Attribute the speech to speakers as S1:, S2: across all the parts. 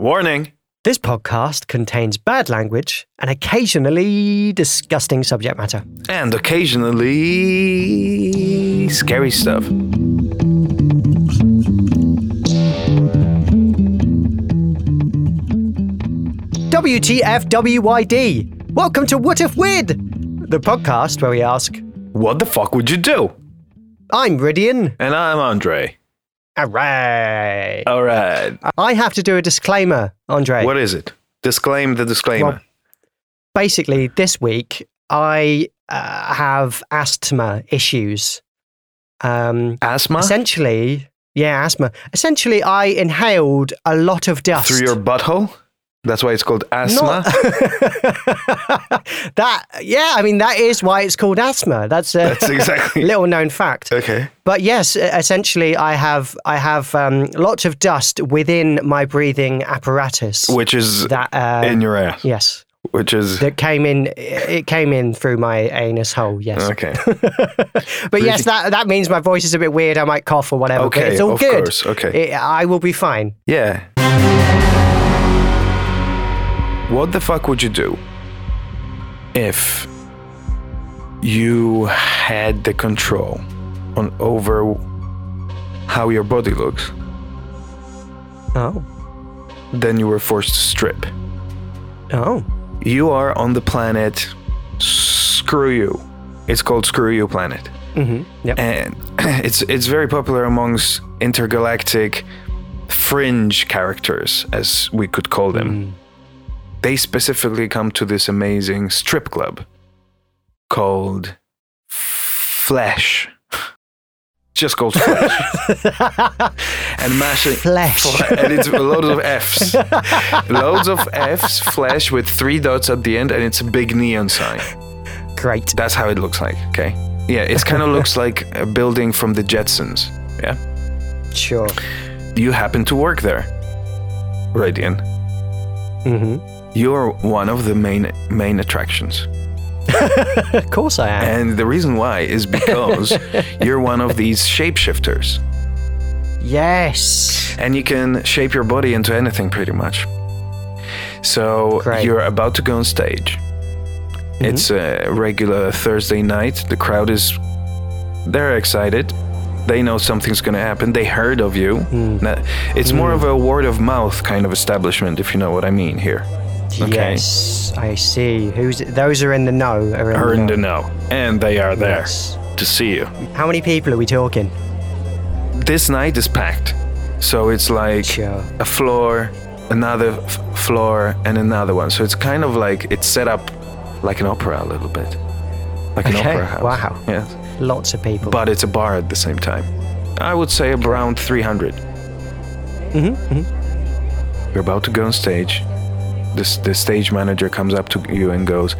S1: Warning.
S2: This podcast contains bad language and occasionally disgusting subject matter.
S1: And occasionally scary stuff.
S2: WTFWYD. Welcome to What If Weird, the podcast where we ask,
S1: What the fuck would you do?
S2: I'm Ridian.
S1: And I'm Andre.
S2: Hooray.
S1: All right.
S2: I have to do a disclaimer, Andre.
S1: What is it? Disclaim the disclaimer.
S2: Well, Basically, this week I uh, have asthma issues. Um,
S1: Asthma?
S2: Essentially, yeah, asthma. Essentially, I inhaled a lot of dust.
S1: Through your butthole? That's why it's called asthma?
S2: Not- that yeah, I mean that is why it's called asthma. That's a
S1: That's exactly.
S2: little known fact.
S1: okay.
S2: But yes, e- essentially, I have I have um, lots of dust within my breathing apparatus.
S1: Which is
S2: that uh,
S1: in your ass.
S2: yes,
S1: Which is.
S2: that came in. It came in through my anus hole. Yes,
S1: Okay.
S2: but yes, that that means my voice is a bit weird. I might cough or whatever. but
S1: Okay,
S2: it's all
S1: of
S2: good.
S1: course, okay.
S2: It- I will be fine.
S1: Yeah. What the fuck would you do if you had the control on over how your body looks,
S2: Oh,
S1: then you were forced to strip?
S2: oh,
S1: You are on the planet Screw You. It's called Screw You Planet.
S2: mm-hmm. Yep.
S1: and it's it's very popular amongst intergalactic fringe characters, as we could call them. They specifically come to this amazing strip club called Flesh. Just called Flesh. and mashing
S2: Flesh.
S1: and it's loads of F's. loads of F's, Flesh with three dots at the end, and it's a big neon sign.
S2: Great.
S1: That's how it looks like. Okay. Yeah, it kind of looks like a building from the Jetsons. Yeah.
S2: Sure.
S1: You happen to work there, Radian.
S2: hmm
S1: You're one of the main main attractions,
S2: Of course I am.
S1: and the reason why is because you're one of these shapeshifters,
S2: yes.
S1: and you can shape your body into anything pretty much. So
S2: Great. Mm-hmm.
S1: you're about to go on stage. It's a regular Thursday night. The crowd is they're excited. They know something's going to happen. They heard of you.
S2: Mm.
S1: Na- It's more of a word of mouth kind of establishment if you know what I mean here. Okay.
S2: Yes. I see. Who's those are in the know. Are in
S1: Heard
S2: the
S1: to know. And they are
S2: know.
S1: there
S2: Yes.
S1: to see you.
S2: How many people are we talking?
S1: This night is packed. So it's like
S2: Sure.
S1: a floor, another f- floor and another one. So it's kind of like it's set up like an opera a little bit. Like an
S2: Okay.
S1: opera house.
S2: Wow.
S1: Yes.
S2: Lots of people.
S1: but it's a bar at the same time. I would say around 300.
S2: Mm-hmm,
S1: You're about to go on stage. This the stage manager comes up to you and goes,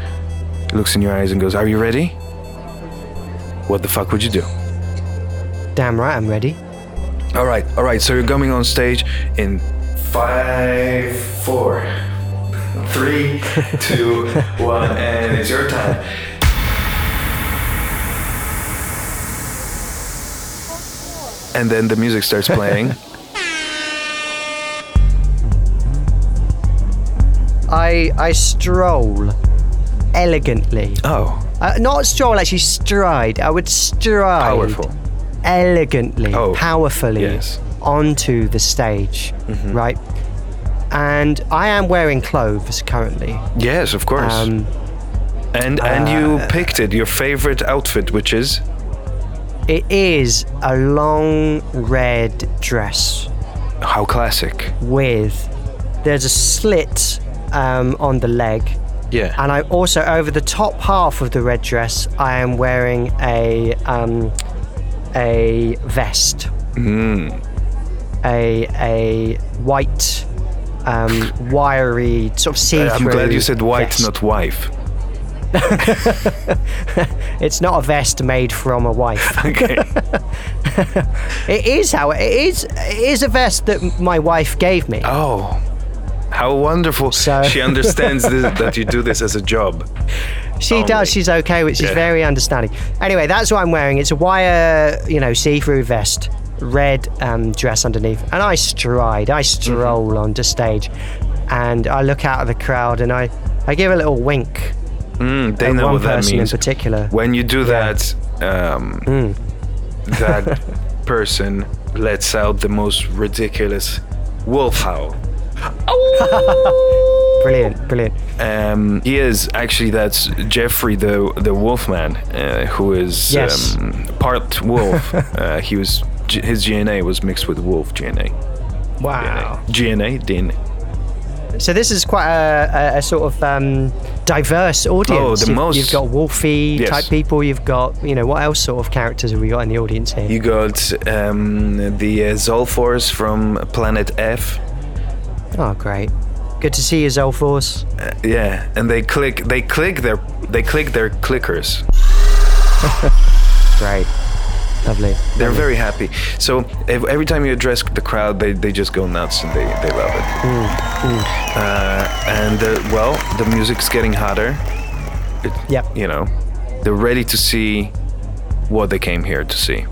S1: looks in your eyes and goes, "Are you ready?" What the fuck would you do?
S2: Damn right, I'm ready.
S1: All right, all right. So you're coming on stage in five, four, three, two, one, and it's your time. And then the music starts playing.
S2: I I stroll elegantly.
S1: oh,
S2: Uh, not stroll, actually stride. I would stride
S1: powerful.
S2: elegantly,
S1: Oh,
S2: powerfully
S1: yes. Mm-hmm.
S2: onto the stage, right? And I am wearing clothes currently.
S1: Yes, of course.
S2: Um,
S1: and and you picked it, your favorite outfit, which is
S2: It is a long red dress
S1: how classic.
S2: with there's a slit um, on the leg,
S1: Yeah.
S2: and I also over the top half of the red dress I am wearing a um, a vest,
S1: Hmm.
S2: a a white um, wiry sort of see-through.
S1: Uh, I'm glad you said white,
S2: vest.
S1: not wife.
S2: It's not a vest made from a wife.
S1: Okay.
S2: it is how it is. It is a vest that my wife gave me.
S1: Oh, how wonderful!
S2: So-
S1: she understands this, that you do this as a job.
S2: She
S1: only.
S2: does. She's okay, which is
S1: Yeah.
S2: very understanding. Anyway, that's what I'm wearing. It's a wire, you know, see-through vest red um, dress underneath, and I stride,
S1: Mm-hmm.
S2: I stroll onto stage, and I look out at the crowd and I, I give a little wink
S1: Mm, they
S2: at
S1: know
S2: Hmm, one
S1: what that
S2: person in
S1: means.
S2: particular. Hmm.
S1: When you do that, um, that person lets out the most ridiculous wolf howl.
S2: Brilliant, brilliant.
S1: Um, he is actually that's Jeffrey the the Wolfman, uh, who is
S2: Yes.
S1: um, part wolf. uh, he was G- his DNA was mixed with wolf DNA.
S2: Wow.
S1: GNA DNA.
S2: So this is quite a, a, a sort of um, diverse audience.
S1: Oh, the
S2: you've,
S1: most-
S2: You've got wolfy
S1: Yes.
S2: type people. You've got you know what else sort of characters have we got in the audience here?
S1: You got um, the uh, Zolfors from Planet F.
S2: oh, great. Good to see you, Zolforce.
S1: Yeah, and they click they click their they click their clickers.
S2: Great, lovely.
S1: They're very happy. So ev- every time you address the crowd, they, they just go nuts and they, they love it.
S2: Mm,
S1: Uh, and uh, well, the music's getting hotter. It,
S2: Yep.
S1: You know, they're ready to see what they came here to see.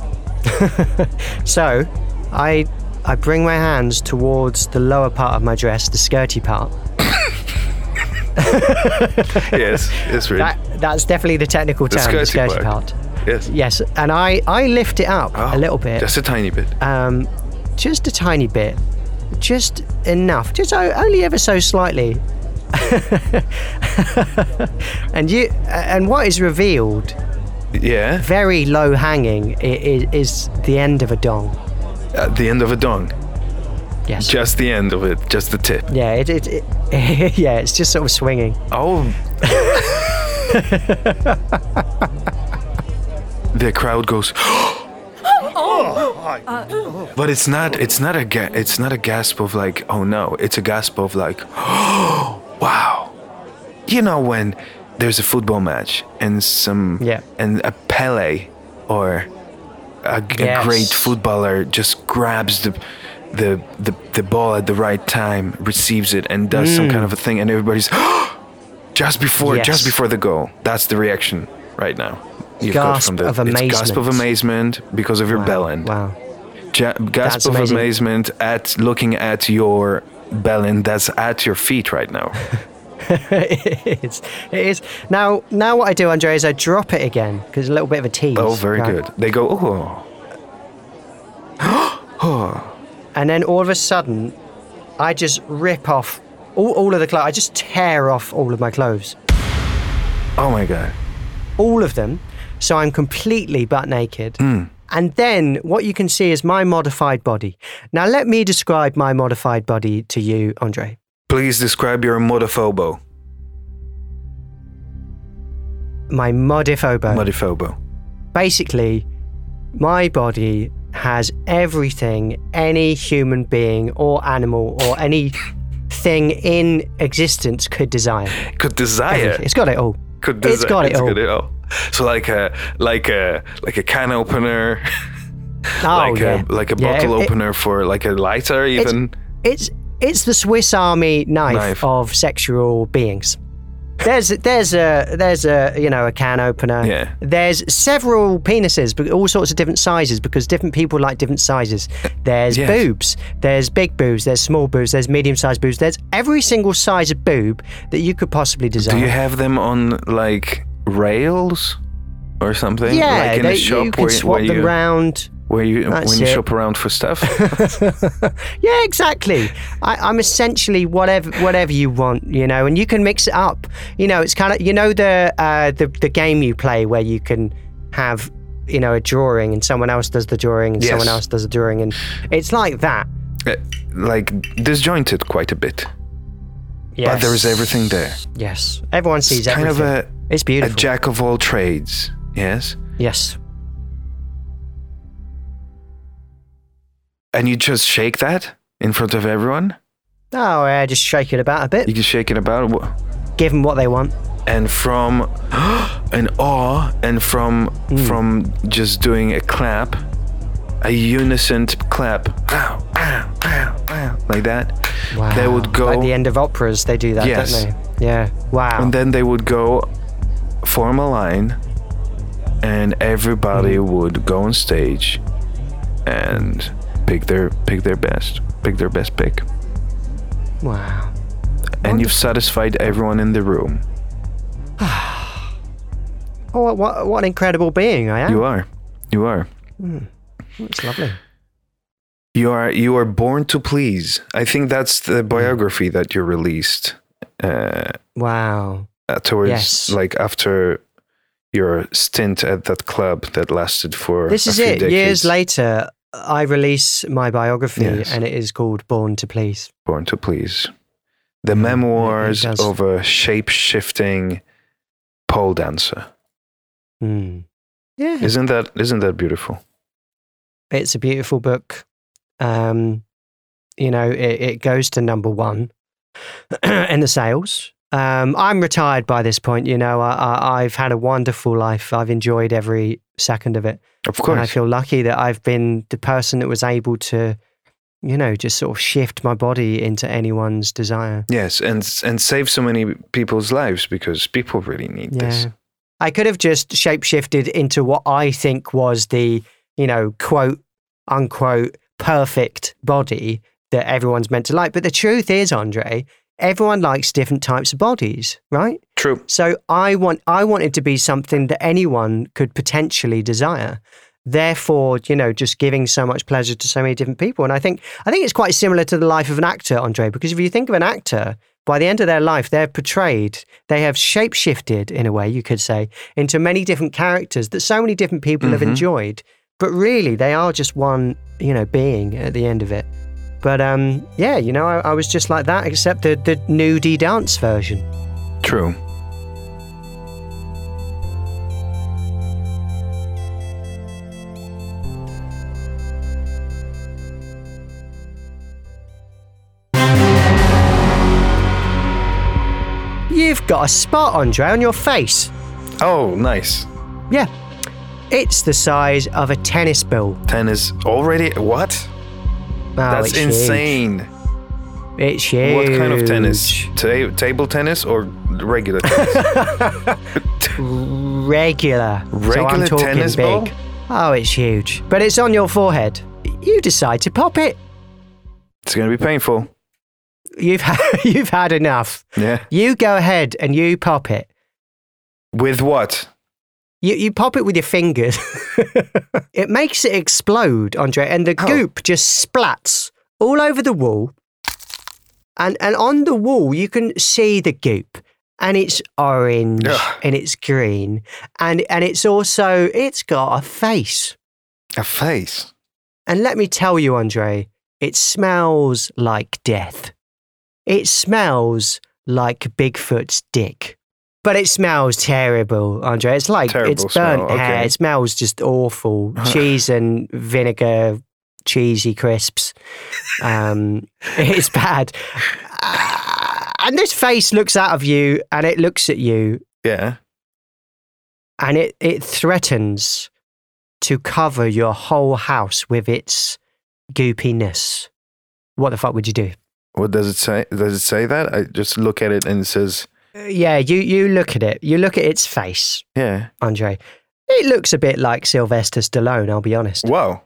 S2: So, I I bring my hands towards the lower part of my dress, the skirty part.
S1: yes, it's really
S2: That that's definitely the technical term, the
S1: skirty
S2: skirty
S1: part.
S2: part.
S1: yes.
S2: Yes, and I I lift it up
S1: Oh,
S2: a little bit.
S1: Just a tiny bit.
S2: um, just a tiny bit, just enough, just o- only ever so slightly. and you, and what is revealed,
S1: yeah.
S2: very low hanging, is, is the end of a dong.
S1: At the end of a dong.
S2: Yes.
S1: Just the end of it. Just the tip.
S2: yeah. It, it, it yeah. It's just sort of swinging.
S1: Oh. the crowd goes. "Oh, But it's not. It's not a. Ga- it's not a gasp of like. Oh no! It's a gasp of like. wow. You know when there's a football match and some.
S2: Yeah.
S1: And a Pele, or a, a
S2: Yes.
S1: great footballer just grabs the. The, the, the ball at the right time receives it and does
S2: Mm.
S1: some kind of a thing and everybody's just before
S2: Yes.
S1: just before the goal that's the reaction right now you've got
S2: Gasp
S1: from the
S2: of
S1: it's gasp of
S2: amazement.
S1: amazement because of your bell end
S2: Wow.
S1: Ja- gasp
S2: That's
S1: of
S2: amazing.
S1: amazement at looking at your bell end that's at your feet right now
S2: it is. It is. Now, now what I do, Andre, is I drop it again because a little bit of a tease.
S1: oh very
S2: right?
S1: good they go oh
S2: and then all of a sudden, I just rip off all, all of the clothes. I just tear off all of my clothes,
S1: oh my god
S2: all of them. So I'm completely butt naked.
S1: Hmm.
S2: And then what you can see is my modified body. Now let me describe my modified body to you, Andre.
S1: please describe your modophobo
S2: My oh, modifobo.
S1: modophobo
S2: Basically, my body has everything any human being or animal or any thing in existence could desire.
S1: could desire
S2: It's got it all.
S1: could desire
S2: It's got it all.
S1: so like a like a like a can opener
S2: Oh,
S1: like
S2: yeah.
S1: a like a
S2: Yeah,
S1: bottle
S2: it-
S1: opener for like a lighter even
S2: It's it's the Swiss Army knife,
S1: Knife.
S2: of sexual beings. There's there's a there's a you know a can opener.
S1: Yeah.
S2: There's several penises, but all sorts of different sizes because different people like different sizes. There's
S1: yes.
S2: boobs. There's big boobs. There's small boobs. There's medium sized boobs. There's every single size of boob that you could possibly desire.
S1: Do you have them on like rails or something?
S2: yeah,
S1: like in
S2: they-
S1: a shop
S2: you can
S1: where,
S2: swap
S1: where
S2: them
S1: you
S2: round.
S1: where you when
S2: That's
S1: you
S2: it.
S1: shop around for stuff.
S2: Yeah, exactly. I, I'm essentially whatever whatever you want, you know, and you can mix it up. You know, it's kind of you know the uh, the the game you play where you can have you know a drawing and someone else does the drawing and someone
S1: Yes.
S2: else does the drawing and it's like that.
S1: Uh, like disjointed quite a bit,
S2: Yes.
S1: but there is everything there.
S2: Yes, everyone sees
S1: It's kind
S2: everything.
S1: of
S2: it's
S1: a, a
S2: beautiful.
S1: jack of all trades. Yes,
S2: yes.
S1: and you just shake that in front of everyone.
S2: Oh, yeah, just shake it about a
S1: You
S2: bit.
S1: can shake it about, wh-
S2: Give them what they want.
S1: and from an awe, and from
S2: Hmm.
S1: from just doing a clap, a unison clap, ow, ow, ow, ow, like that.
S2: Wow.
S1: They would go
S2: Like the end of operas, they do that,
S1: Yes.
S2: don't they? Yeah. Wow.
S1: And then they would go
S2: Hmm.
S1: form a line, and everybody would go on stage and pick their pick their best, pick their best pick,
S2: Wow.
S1: and you've satisfied everyone in the room.
S2: Oh, what, what, what an incredible being I am.
S1: You are, you are,
S2: It's lovely.
S1: you are, you are born to please. I think that's
S2: Mm.
S1: the biography that you released uh,
S2: Wow.
S1: uh, towards
S2: Yes.
S1: like after your stint at that club that lasted for
S2: This
S1: a
S2: is
S1: few
S2: it.
S1: decades.
S2: Years later, I release my biography,
S1: Yes.
S2: and it is called Born to Please.
S1: Born to Please. The memoirs
S2: Mm, does.
S1: of a shape shifting pole dancer.
S2: Hmm. Yeah.
S1: Isn't that isn't that beautiful?
S2: it's a beautiful book. Um, you know, it, it goes to number one in the sales. Um, I'm retired by this point. You know, I, I, I've had a wonderful life. I've enjoyed every second of it,
S1: Of
S2: and I
S1: course.
S2: feel lucky that I've been the person that was able to, you know, just sort of shift my body into anyone's desire.
S1: yes, and and save so many people's lives because people really need this.
S2: Yeah. I could have just shapeshifted into what I think was the, you know, quote unquote perfect body that everyone's meant to like. But the truth is, Andre, everyone likes different types of bodies, right?
S1: True.
S2: So I want I wanted to be something that anyone could potentially desire. Therefore, you know, just giving so much pleasure to so many different people. And I think I think it's quite similar to the life of an actor, Andre, because if you think of an actor, by the end of their life, they're portrayed, they have shapeshifted in a way, you could say, into many different characters that so many different people have enjoyed. But really they are just one, you know, being at the end of it. But um, yeah, you know, I, I was just like that, except the, the nudie dance version.
S1: True.
S2: You've got a spot, Andre, on your face.
S1: Oh, nice.
S2: Yeah. It's the size of a tennis ball.
S1: Tennis already what?
S2: Oh,
S1: That's
S2: it's huge.
S1: insane.
S2: It's huge.
S1: What kind of tennis? Ta- table tennis or regular tennis?
S2: Regular. so I'm
S1: Regular
S2: talking
S1: tennis
S2: big.
S1: ball?
S2: Oh, it's huge. But it's on your forehead. You decide to pop it.
S1: it's going to be painful.
S2: You've had, you've had enough.
S1: Yeah.
S2: You go ahead and you pop it.
S1: With what?
S2: You, you pop it with your fingers. it makes it explode, Andre, and the
S1: Oh.
S2: goop just splats all over the wall. And and on the wall you can see the goop. And it's orange
S1: Ugh.
S2: and it's green. And and it's also it's got a face.
S1: A face.
S2: And let me tell you, Andre, it smells like death. It smells like Bigfoot's dick. But it smells terrible, Andre. It's like it's
S1: Terrible smell,
S2: burnt hair.
S1: okay.
S2: It smells just awful. Cheese and vinegar, cheesy crisps. Um, it's bad. Ah, And this face looks out of you and it looks at you
S1: Yeah.
S2: and it, it threatens to cover your whole house with its goopiness. What the fuck would you do?
S1: What does it say? Does it say that? I just look at it and it says,
S2: Uh, Yeah, you, you look at it. You look at its face,
S1: yeah.
S2: Andre. It looks a bit like Sylvester Stallone, I'll be honest.
S1: Wow.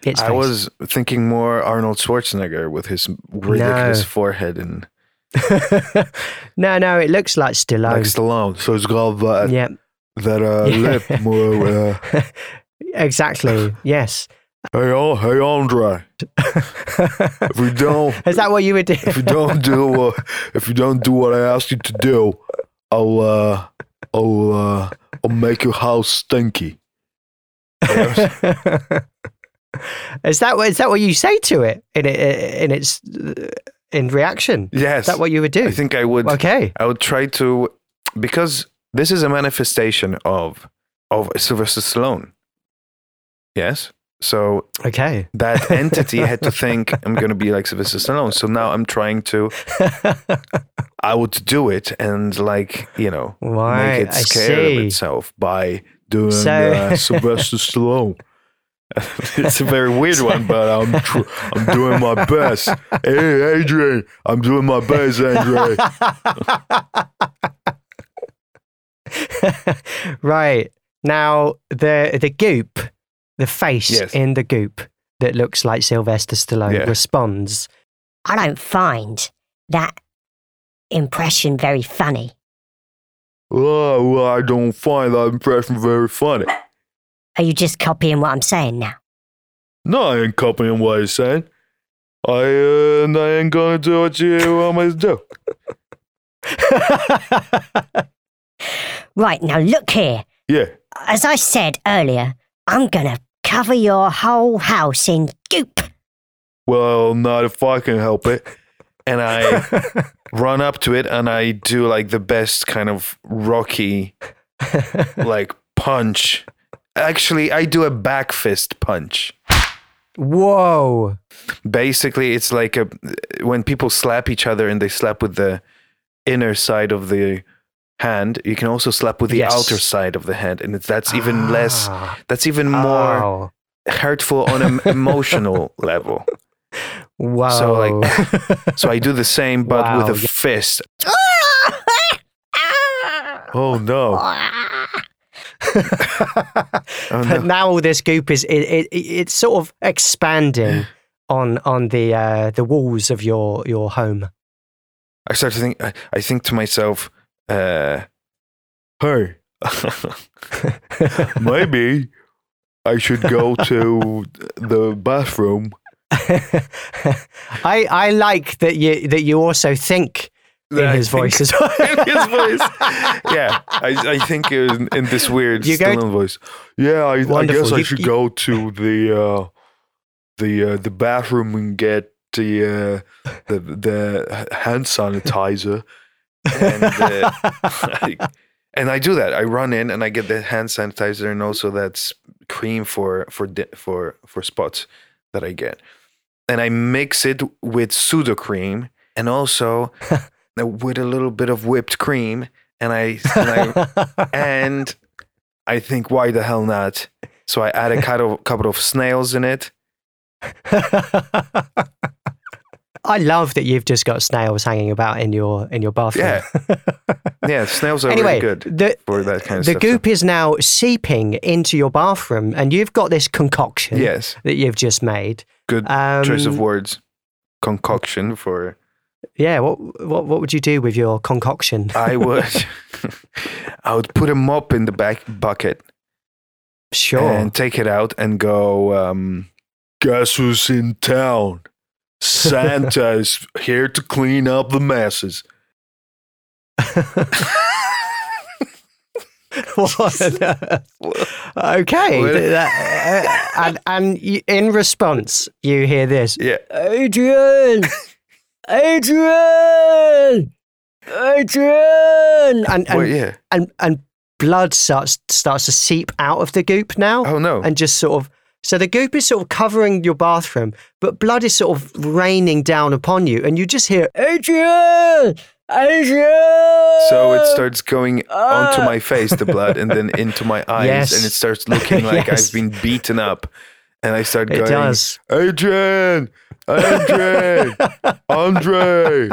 S2: Its
S1: I
S2: face.
S1: was thinking more Arnold Schwarzenegger with his ridiculous
S2: No.
S1: forehead and
S2: no, no, it looks like
S1: like
S2: Stallone.
S1: Stallone. So it's got that,
S2: yeah,
S1: that uh,
S2: Yeah.
S1: lip more. Uh,
S2: exactly. yes.
S1: hey, Al- hey, Andre, if you don't,
S2: Is that what you would do?
S1: if you don't do, uh, if you don't do what I asked you to do, I'll, uh, I'll, uh, I'll make your house stinky.
S2: is that what is that what you say to it in it in its uh, in reaction?
S1: Yes.
S2: Is that what you would do?
S1: I think I would.
S2: okay.
S1: I would try to because this is a manifestation of of Sylvester Stallone. Yes. So
S2: Okay.
S1: that entity had to think I'm going to be like Sylvester Stallone. So now I'm trying to I would do it and like you know
S2: Why?
S1: make it
S2: I
S1: scared of
S2: see.
S1: itself by doing
S2: So-
S1: uh, Sylvester Stallone. it's a very weird one, but I'm tr- I'm doing my best. Hey, Adrian, I'm doing my best, Adrian.
S2: right now, the the goop the face
S1: Yes.
S2: in the goop that looks like Sylvester Stallone
S1: Yeah.
S2: responds.
S3: I don't find that impression very funny.
S1: Oh, well, I don't find that impression very funny.
S3: Are you just copying what I'm saying now?
S1: No, I ain't copying what he's saying. I, uh, I ain't gonna do what you want me to do.
S3: Right, now look here.
S1: Yeah.
S3: As I said earlier, I'm gonna cover your whole house in goop.
S1: Well, not if I can help it. And I run up to it and I do like the best kind of rocky, like punch. Actually, I do a back fist punch.
S2: Whoa.
S1: basically it's like a when people slap each other and they slap with the inner side of the hand you can also slap with the
S2: Yes.
S1: outer side of the hand and it's, that's even less
S2: Ah.
S1: that's even more
S2: Oh.
S1: hurtful on an emotional level
S2: Whoa.
S1: so like so i do the same but
S2: Wow,
S1: with a
S2: yeah.
S1: fist oh no oh
S2: but
S1: no
S2: now all this goop is it, it, it, it's sort of expanding on on the uh, the walls of your your home.
S1: i start to think i, I think to myself uh hey maybe I should go to the bathroom.
S2: I I like that you that you also think in
S1: I
S2: his
S1: think-
S2: voice as well.
S1: in his voice. Yeah, I, I think in, in this weird
S2: You go-
S1: Stallone voice. Yeah, I, I
S2: Wonderful.
S1: guess I
S2: You-
S1: should
S2: you-
S1: go to the uh, the uh, the bathroom and get the uh, the the hand sanitizer. And, uh, I, and I do that. I run in and I get the hand sanitizer and also that s- cream for for di- for for spots that I get, and I mix it with pseudo cream and also uh, with a little bit of whipped cream, and I and I, and I think why the hell not? So I add a couple of, couple of snails in it.
S2: I love that you've just got snails hanging about in your in your bathroom.
S1: Yeah, yeah, snails are
S2: anyway,
S1: really good
S2: the
S1: for that kind of
S2: the
S1: stuff.
S2: goop is now seeping into your bathroom, and you've got this concoction
S1: Yes,
S2: that you've just made.
S1: good
S2: Um,
S1: choice of words. Concoction for
S2: yeah, what what what would you do with your concoction?
S1: I would I would put a mop in the back bucket
S2: sure.
S1: and take it out and go um guess who's in town Santa is here to clean up the masses
S2: What on earth? okay.
S1: What?
S2: th- that- uh, and and you, in response, you hear this.
S1: yeah
S3: Adrian! Adrian! Adrian!
S2: And and,
S1: well, yeah
S2: and and blood starts starts to seep out of the goop now,
S1: oh no
S2: and just sort of so the goop is sort of covering your bathroom, but blood is sort of raining down upon you, and you just hear
S3: Adrian! Adrian!
S1: so it starts going onto my face the blood and then into my eyes
S2: Yes.
S1: and it starts looking like
S2: Yes.
S1: I've been beaten up and I start
S2: it
S1: going
S2: does.
S1: Adrian, Adrian, Andre,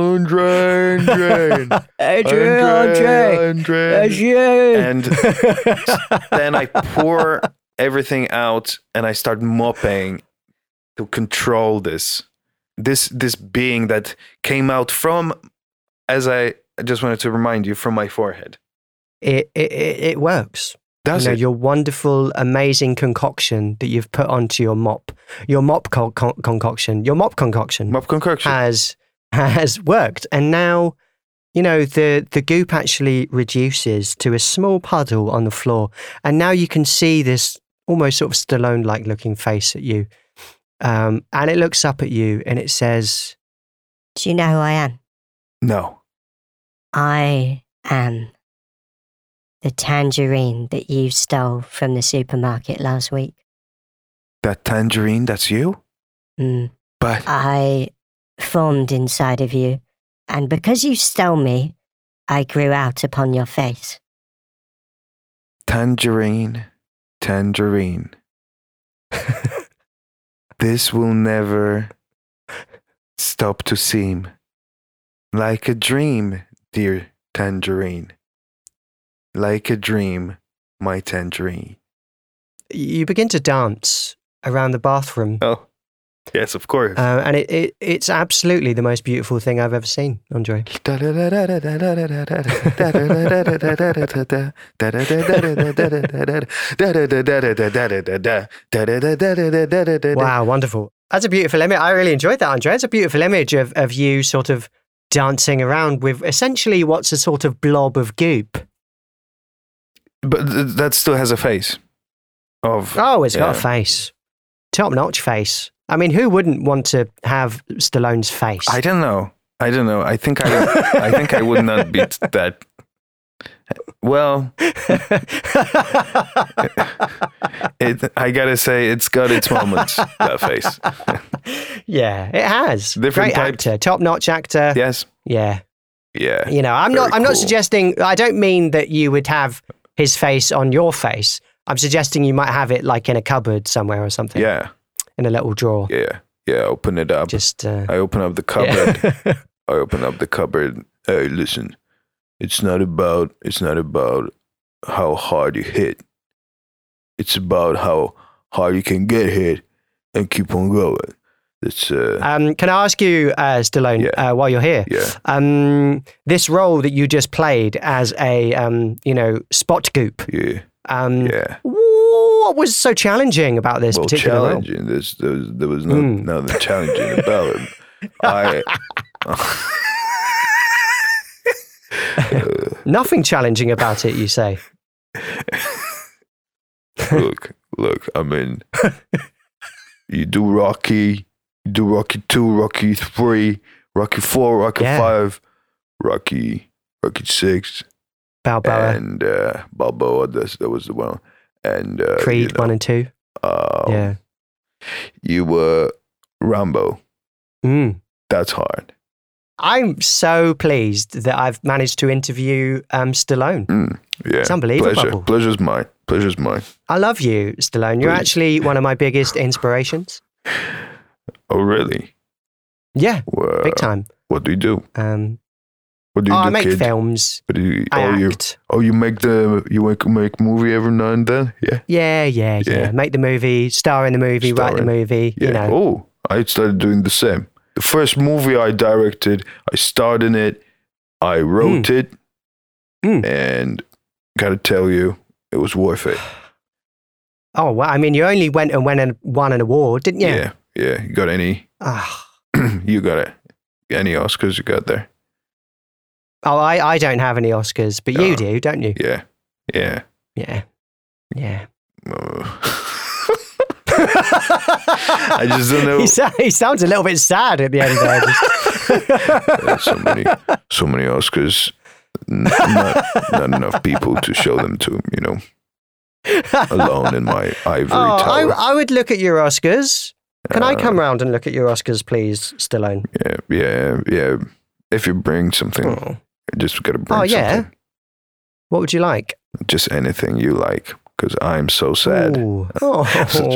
S1: Andre, Adrian,
S3: Adrian, Andre!
S1: Andre.
S3: Adrian!
S1: And then I pour everything out and I start mopping to control this. This this being that came out from as I I just wanted to remind you from my forehead.
S2: It it it, it works.
S1: Does
S2: you know,
S1: it?
S2: your wonderful, amazing concoction that you've put onto your mop, your mop con- con- concoction, your mop concoction
S1: Mop concoction.
S2: has has worked, and now, you know, the the goop actually reduces to a small puddle on the floor, and now you can see this almost sort of Stallone-like looking face at you, um, and it looks up at you and it says,
S3: Do you know who I am?
S1: no.
S3: I am the tangerine that you stole from the supermarket last week.
S1: That tangerine, that's you?
S3: Mm.
S1: But
S3: I formed inside of you, and because you stole me, I grew out upon your face.
S1: Tangerine, tangerine. this will never stop to seem like a dream, dear tangerine. Like a dream, my tangerine.
S2: you begin to dance around the bathroom.
S1: Oh, yes, of course.
S2: Uh, and it, it, it's absolutely the most beautiful thing I've ever seen, Andre. Wow, wonderful. That's a beautiful image. I really enjoyed that, Andre. It's a beautiful image of, of you sort of dancing around with essentially what's a sort of blob of goop.
S1: But th- that still has a face of.
S2: Oh, it's got a
S1: Yeah.
S2: face. Top notch face. I mean, who wouldn't want to have Stallone's face?
S1: I don't know. I don't know. I think I. I think I would not beat that. Well, it, I gotta say, it's got its moments. That face.
S2: yeah, it has.
S1: Different
S2: Great
S1: type-
S2: actor, top notch actor. Yeah.
S1: Yes. Yeah.
S2: You know, I'm
S1: Very
S2: not I'm not
S1: cool.
S2: suggesting I don't mean that you would have his face on your face. I'm suggesting you might have it like in a cupboard somewhere or something.
S1: Yeah.
S2: In a little drawer.
S1: Yeah. Yeah. Open it up.
S2: Just uh,
S1: I open up the
S2: yeah.
S1: cupboard. I open up the cupboard. Hey, listen, it's not about it's not about how hard you hit. It's about how hard you can get hit and keep on going. It's uh,
S2: Um, can I ask you, uh, Stallone,
S1: Yeah.
S2: uh, while you're here,
S1: yeah,
S2: um, this role that you just played as a, um, you know, spot goop,
S1: yeah,
S2: um,
S1: yeah.
S2: what was so challenging about this
S1: Well,
S2: particular role?
S1: challenging. There's, there was there was no
S2: Mm.
S1: nothing challenging about it. I. Uh,
S2: Nothing challenging about it, you say?
S1: look, look, I mean, you do Rocky, you do Rocky 2, Rocky 3, Rocky 4, Rocky
S2: Yeah.
S1: 5, Rocky, Rocky 6,
S2: Balboa,
S1: and uh, Balboa, that's, that was the one. And uh,
S2: Creed
S1: you, know,
S2: one and two.
S1: um,
S2: yeah.
S1: you were Rambo.
S2: Mm.
S1: That's hard.
S2: I'm so pleased that I've managed to interview um, Stallone.
S1: Mm, yeah.
S2: It's unbelievable.
S1: Pleasure. Pleasure's mine. Pleasure's mine.
S2: I love you, Stallone. You're
S1: Please.
S2: actually one of my biggest inspirations.
S1: Oh, really?
S2: Yeah,
S1: Well,
S2: big time.
S1: What do you do?
S2: Um,
S1: What do
S2: oh,
S1: Uh, you
S2: I
S1: do,
S2: make
S1: kid?
S2: films.
S1: What do you,
S2: I
S1: oh, you,
S2: act.
S1: oh, you make the you make make movie every now and then. Yeah.
S2: Yeah, yeah, yeah,
S1: Yeah.
S2: Make the movie, star in the movie, write the
S1: Star in-
S2: movie.
S1: Yeah.
S2: You know,
S1: Oh, I started doing the same. The first movie I directed, I starred in it, I wrote
S2: Hmm.
S1: it,
S2: Mm.
S1: and gotta tell you, it was worth it.
S2: oh well. I mean, you only went and went and won an award, didn't you?
S1: Yeah. yeah. You got any?
S2: Ah.
S1: you got it. Any Oscars you got there?
S2: Oh, I, I don't have any Oscars, but you
S1: Oh.
S2: do, don't you?
S1: Yeah. Yeah.
S2: Yeah, yeah.
S1: Uh, I just don't know.
S2: he, sa- he sounds a little bit sad at the end there. just-
S1: There's so many, so many Oscars. N- Not, not enough people to show them to. You know, alone in my ivory
S2: Oh, I,
S1: tower. Uh,
S2: I would look at your Oscars. Can I come round and look at your Oscars, please, Stallone?
S1: Yeah, yeah, yeah. If you bring something,
S2: Oh.
S1: you just gotta bring
S2: Oh, yeah.
S1: something.
S2: What would you like?
S1: Just anything you like, because I'm so sad
S2: Ooh. Oh.
S1: Such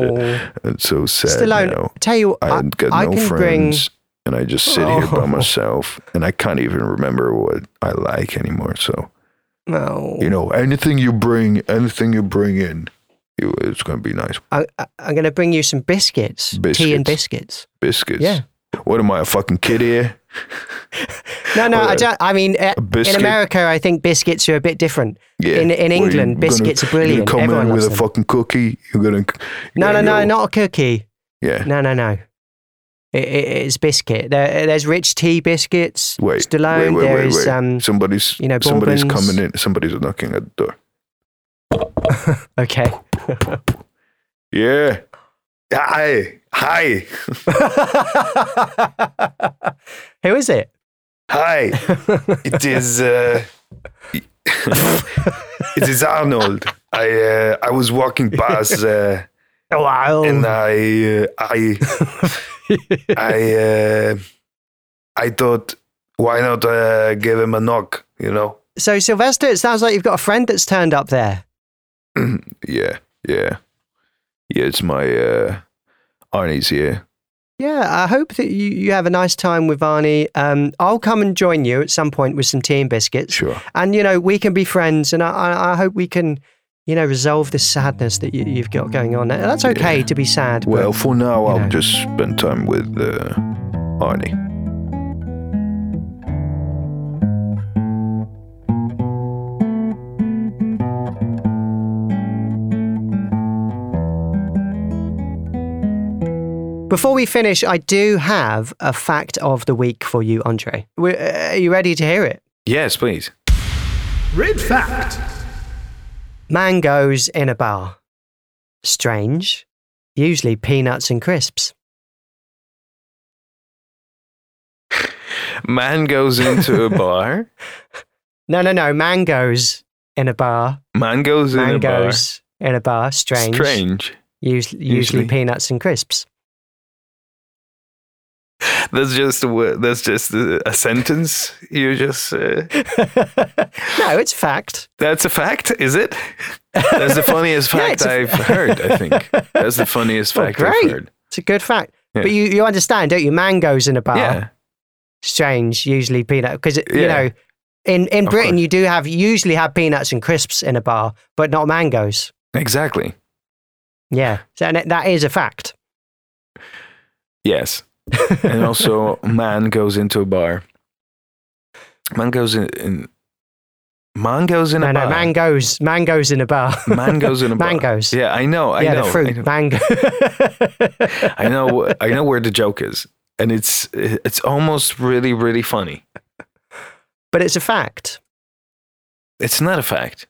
S1: and so sad.
S2: Stallone,
S1: you know,
S2: tell you,
S1: I
S2: I,
S1: ain't got
S2: I
S1: no
S2: can bring-
S1: friends, and I just sit here by
S2: Oh.
S1: myself, and I can't even remember what I like anymore. So
S2: no.
S1: you know, anything you bring, anything you bring in, you, it's gonna be nice.
S2: I, I, I'm going to bring you some biscuits, tea and biscuits.
S1: Biscuits.
S2: Yeah.
S1: What am I, a fucking kid here?
S2: No, no, I
S1: Okay.
S2: don't. I mean, uh,
S1: A biscuit.
S2: in America, I think biscuits are a bit different.
S1: Yeah.
S2: in- in
S1: What, you
S2: England,
S1: gonna-
S2: biscuits are
S1: you gonna
S2: brilliant.
S1: Come
S2: Everyone
S1: in with
S2: loves
S1: a
S2: them.
S1: fucking cookie. You're gonna.
S2: No, no,
S1: you're
S2: no,
S1: gonna go-
S2: not a cookie.
S1: Yeah.
S2: No, no, no. It, it, it's biscuit. There, there's rich tea biscuits.
S1: Wait,
S2: Stallone.
S1: wait, wait,
S2: there
S1: wait,
S2: is,
S1: wait.
S2: Um,
S1: Somebody's
S2: you know,
S1: somebody's
S2: bourbons.
S1: coming in. Somebody's knocking at the door.
S2: okay.
S1: Yeah. Hi. Hi.
S2: Who is it?
S1: Hi. it is uh It is Arnold. I uh, I was walking past uh,
S2: Wow.
S1: and I uh, I I uh, I thought why not uh, give him a knock, you know?
S2: so, Sylvester, it sounds like you've got a friend that's turned up there.
S1: Yeah. Yeah. Yeah, it's my uh Arnie's here.
S2: Yeah, I hope that you, you have a nice time with Arnie. Um, I'll come and join you at some point with some tea and biscuits.
S1: Sure.
S2: And, you know, we can be friends and I, I, I hope we can, you know, resolve this sadness that you, you've got going on. And That's okay to be sad. but-
S1: Well, for now,
S2: you
S1: I'll
S2: know.
S1: just spend time with uh, Arnie.
S2: Before we finish, I do have a fact of the week for you, Andre. We're, uh, are you ready to hear it?
S1: Yes, please.
S4: Red fact.
S2: Mangoes in a bar. Strange. Usually peanuts and crisps.
S1: Man goes into a bar.
S2: No, no, no. Mangoes in a bar.
S1: Man goes in
S2: Mangoes in a bar.
S1: a bar.
S2: Strange.
S1: Strange.
S2: Us- usually
S1: Usually.
S2: peanuts and crisps.
S1: That's just a word. That's just a, a sentence. You just. Uh,
S2: no, it's fact.
S1: that's a fact, is it? That's the funniest
S2: Yeah,
S1: fact
S2: it's a-
S1: I've heard. I think that's the funniest
S2: Well,
S1: fact I've
S2: great.
S1: heard.
S2: It's a good fact.
S1: Yeah.
S2: But you, you understand, don't you? Mangoes in a bar.
S1: Yeah.
S2: strange usually peanut because you
S1: Yeah.
S2: know in in
S1: Of
S2: britain
S1: course.
S2: you do have you usually have peanuts and crisps in a bar but not mangoes
S1: Exactly.
S2: yeah so, and it- that is a fact
S1: Yes. and also, man goes into a bar. Man goes in. in man goes in
S2: no
S1: a
S2: no
S1: bar.
S2: mangoes mangoes in a bar
S1: Mangoes in a bar.
S2: mangoes
S1: Yeah, I know. I
S2: yeah
S1: know.
S2: the
S1: I
S2: fruit
S1: know.
S2: mango
S1: I know. I know where the joke is, and it's it's almost really really funny.
S2: but it's a fact
S1: It's not a fact.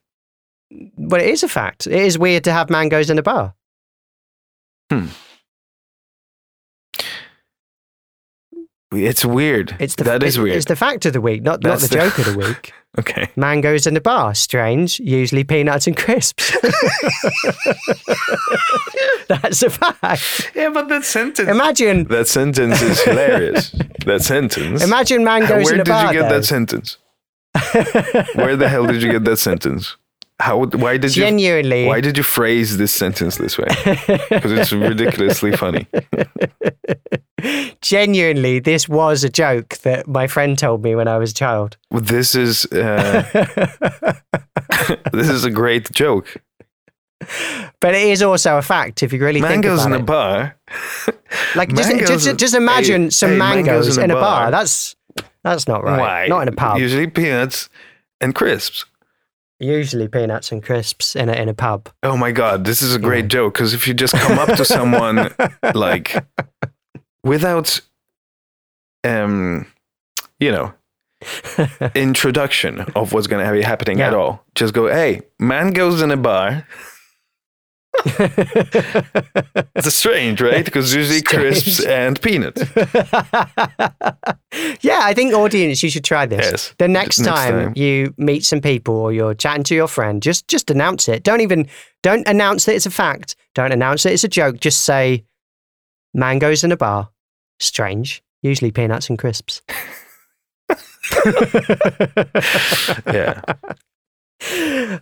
S2: but it is a fact it is weird to have mangoes in a bar
S1: It's weird.
S2: it's the
S1: that is
S2: it-
S1: weird.
S2: it's the fact of the week not
S1: That's
S2: not the,
S1: the-
S2: joke of the week
S1: okay.
S2: mangoes in a bar strange usually peanuts and crisps that's a fact
S1: Yeah, but that sentence.
S2: Imagine,
S1: that sentence is hilarious. that sentence.
S2: imagine mangoes
S1: Where
S2: in a
S1: did
S2: bar.
S1: you get
S2: though.
S1: that sentence? Where the hell did you get that sentence? How? Why did you?
S2: Genuinely,
S1: Why did you phrase this sentence this way? Because it's ridiculously funny.
S2: genuinely, this was a joke that my friend told me when I was a child.
S1: Well, This is uh, this is a great joke.
S2: But it is also a fact if you really
S1: Mangoes
S2: think
S1: in
S2: about
S1: a bar.
S2: it. Like just,
S1: mangoes-
S2: just, just imagine
S1: hey,
S2: some
S1: hey,
S2: mangoes, in, a, bar. That's that's not right.
S1: Why?
S2: Not in a pub.
S1: Usually peanuts and crisps.
S2: Usually peanuts and crisps in a in a pub.
S1: Oh my god, this is a great joke because if you just come up to someone like without um you know introduction of what's going to be happening
S2: Yeah.
S1: at all, just go, "Hey, man goes in a bar." It's strange, right? Because usually crisps and peanuts.
S2: yeah, I think audience, you should try this.
S1: Yes.
S2: The next,
S1: Next
S2: time,
S1: time.
S2: you meet some people or you're chatting to your friend, just just announce it. Don't even don't announce that it's a fact. Don't announce that it's a joke. Just say mangoes in a bar. Strange. Usually peanuts and crisps.
S1: Yeah,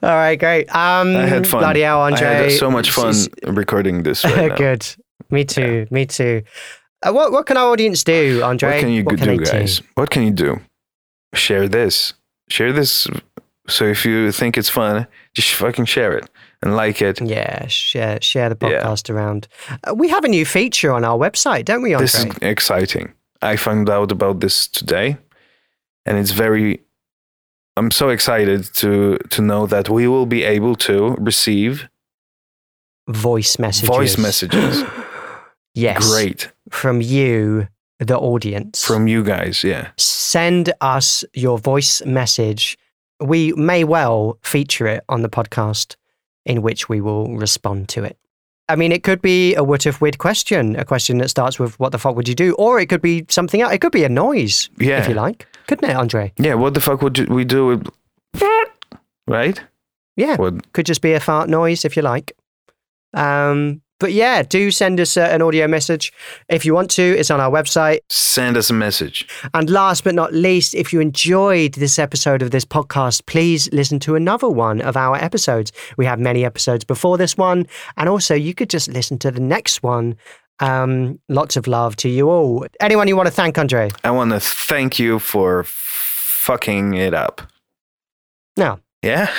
S2: All right, great. Um,
S1: I had fun.
S2: Bloody hell, Andre.
S1: I had so much
S2: It's-
S1: fun
S2: it's-
S1: recording this right now.
S2: Good. Me too. Me too. Uh, what what can our audience do, Andre?
S1: What can you
S2: What
S1: do,
S2: they
S1: guys? What can you do? Share this. Share this. So if you think it's fun, just fucking share it and like it.
S2: Yeah, share share the
S1: Yeah.
S2: podcast around. Uh, we have a new feature on our website, don't we, Andre?
S1: This is exciting. I found out about this today, and it's very. I'm so excited to to know that we will be able to receive
S2: voice messages.
S1: voice messages.
S2: Yes.
S1: Great
S2: From you, the audience.
S1: from you guys. Yeah.
S2: send us your voice message. We may well feature it on the podcast, in which we will respond to it. I mean, it could be a what if weird question, a question that starts with "What the fuck would you do," or it could be something else. It could be a noise,
S1: Yeah.
S2: if you like, couldn't it, Andre?
S1: Yeah. What the fuck would you- we do? With, right.
S2: Yeah,
S1: What
S2: could just be a fart noise if you like. Um, but yeah, do send us uh, an audio message if you want to. It's on our website.
S1: send us a message.
S2: And last but not least, if you enjoyed this episode of this podcast, please listen to another one of our episodes. We have many episodes before this one. And also, you could just listen to the next one. Um, lots of love to you all. Anyone you want to thank, Andre?
S1: I want to thank you for fucking it up.
S2: No.
S1: Yeah.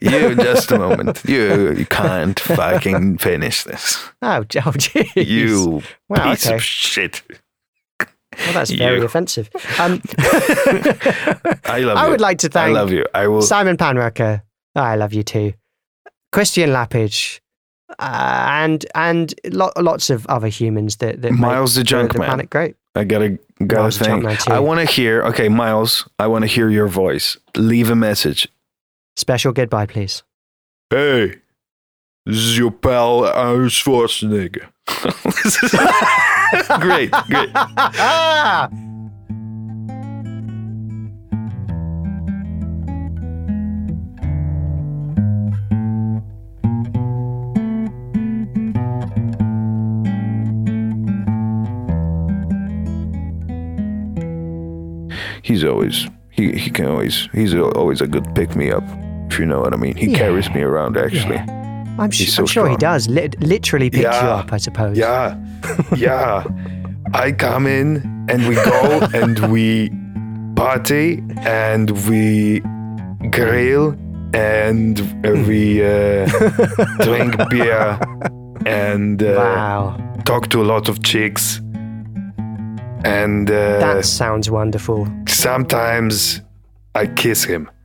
S1: You, just a moment. You, you can't fucking finish this.
S2: Oh, j- oh jeez.
S1: You
S2: Wow,
S1: piece
S2: okay.
S1: of shit.
S2: Well, that's very
S1: you.
S2: offensive. Um,
S1: I love you.
S2: I would like to
S1: I
S2: thank
S1: love you. I will.
S2: Simon Panrucker, I love you too. Christian Lappage, uh, and and lo- lots of other humans that that make
S1: Miles the
S2: the,
S1: Junk
S2: the
S1: Man.
S2: planet great.
S1: I gotta gotta
S2: Miles
S1: think.
S2: Chapman too.
S1: I want to hear. Okay, Miles. I want to hear your voice. Leave a message.
S2: Special goodbye, please.
S1: Hey, this is your pal Arnold Schwarzenegger. This is- great, great.
S2: Ah!
S1: He's always he he can always he's a, always a good pick me up. If you know what I mean. He
S2: Yeah.
S1: carries me around actually.
S2: I'm, su-
S1: He's so
S2: I'm sure he
S1: strong.
S2: does. Lit literally picks you
S1: Yeah.
S2: up, I suppose.
S1: Yeah, yeah. I come in and we go and we party and we grill and we uh, drink beer and uh,
S2: Wow,
S1: talk to a lot of chicks. And uh,
S2: that sounds wonderful.
S1: sometimes I kiss him.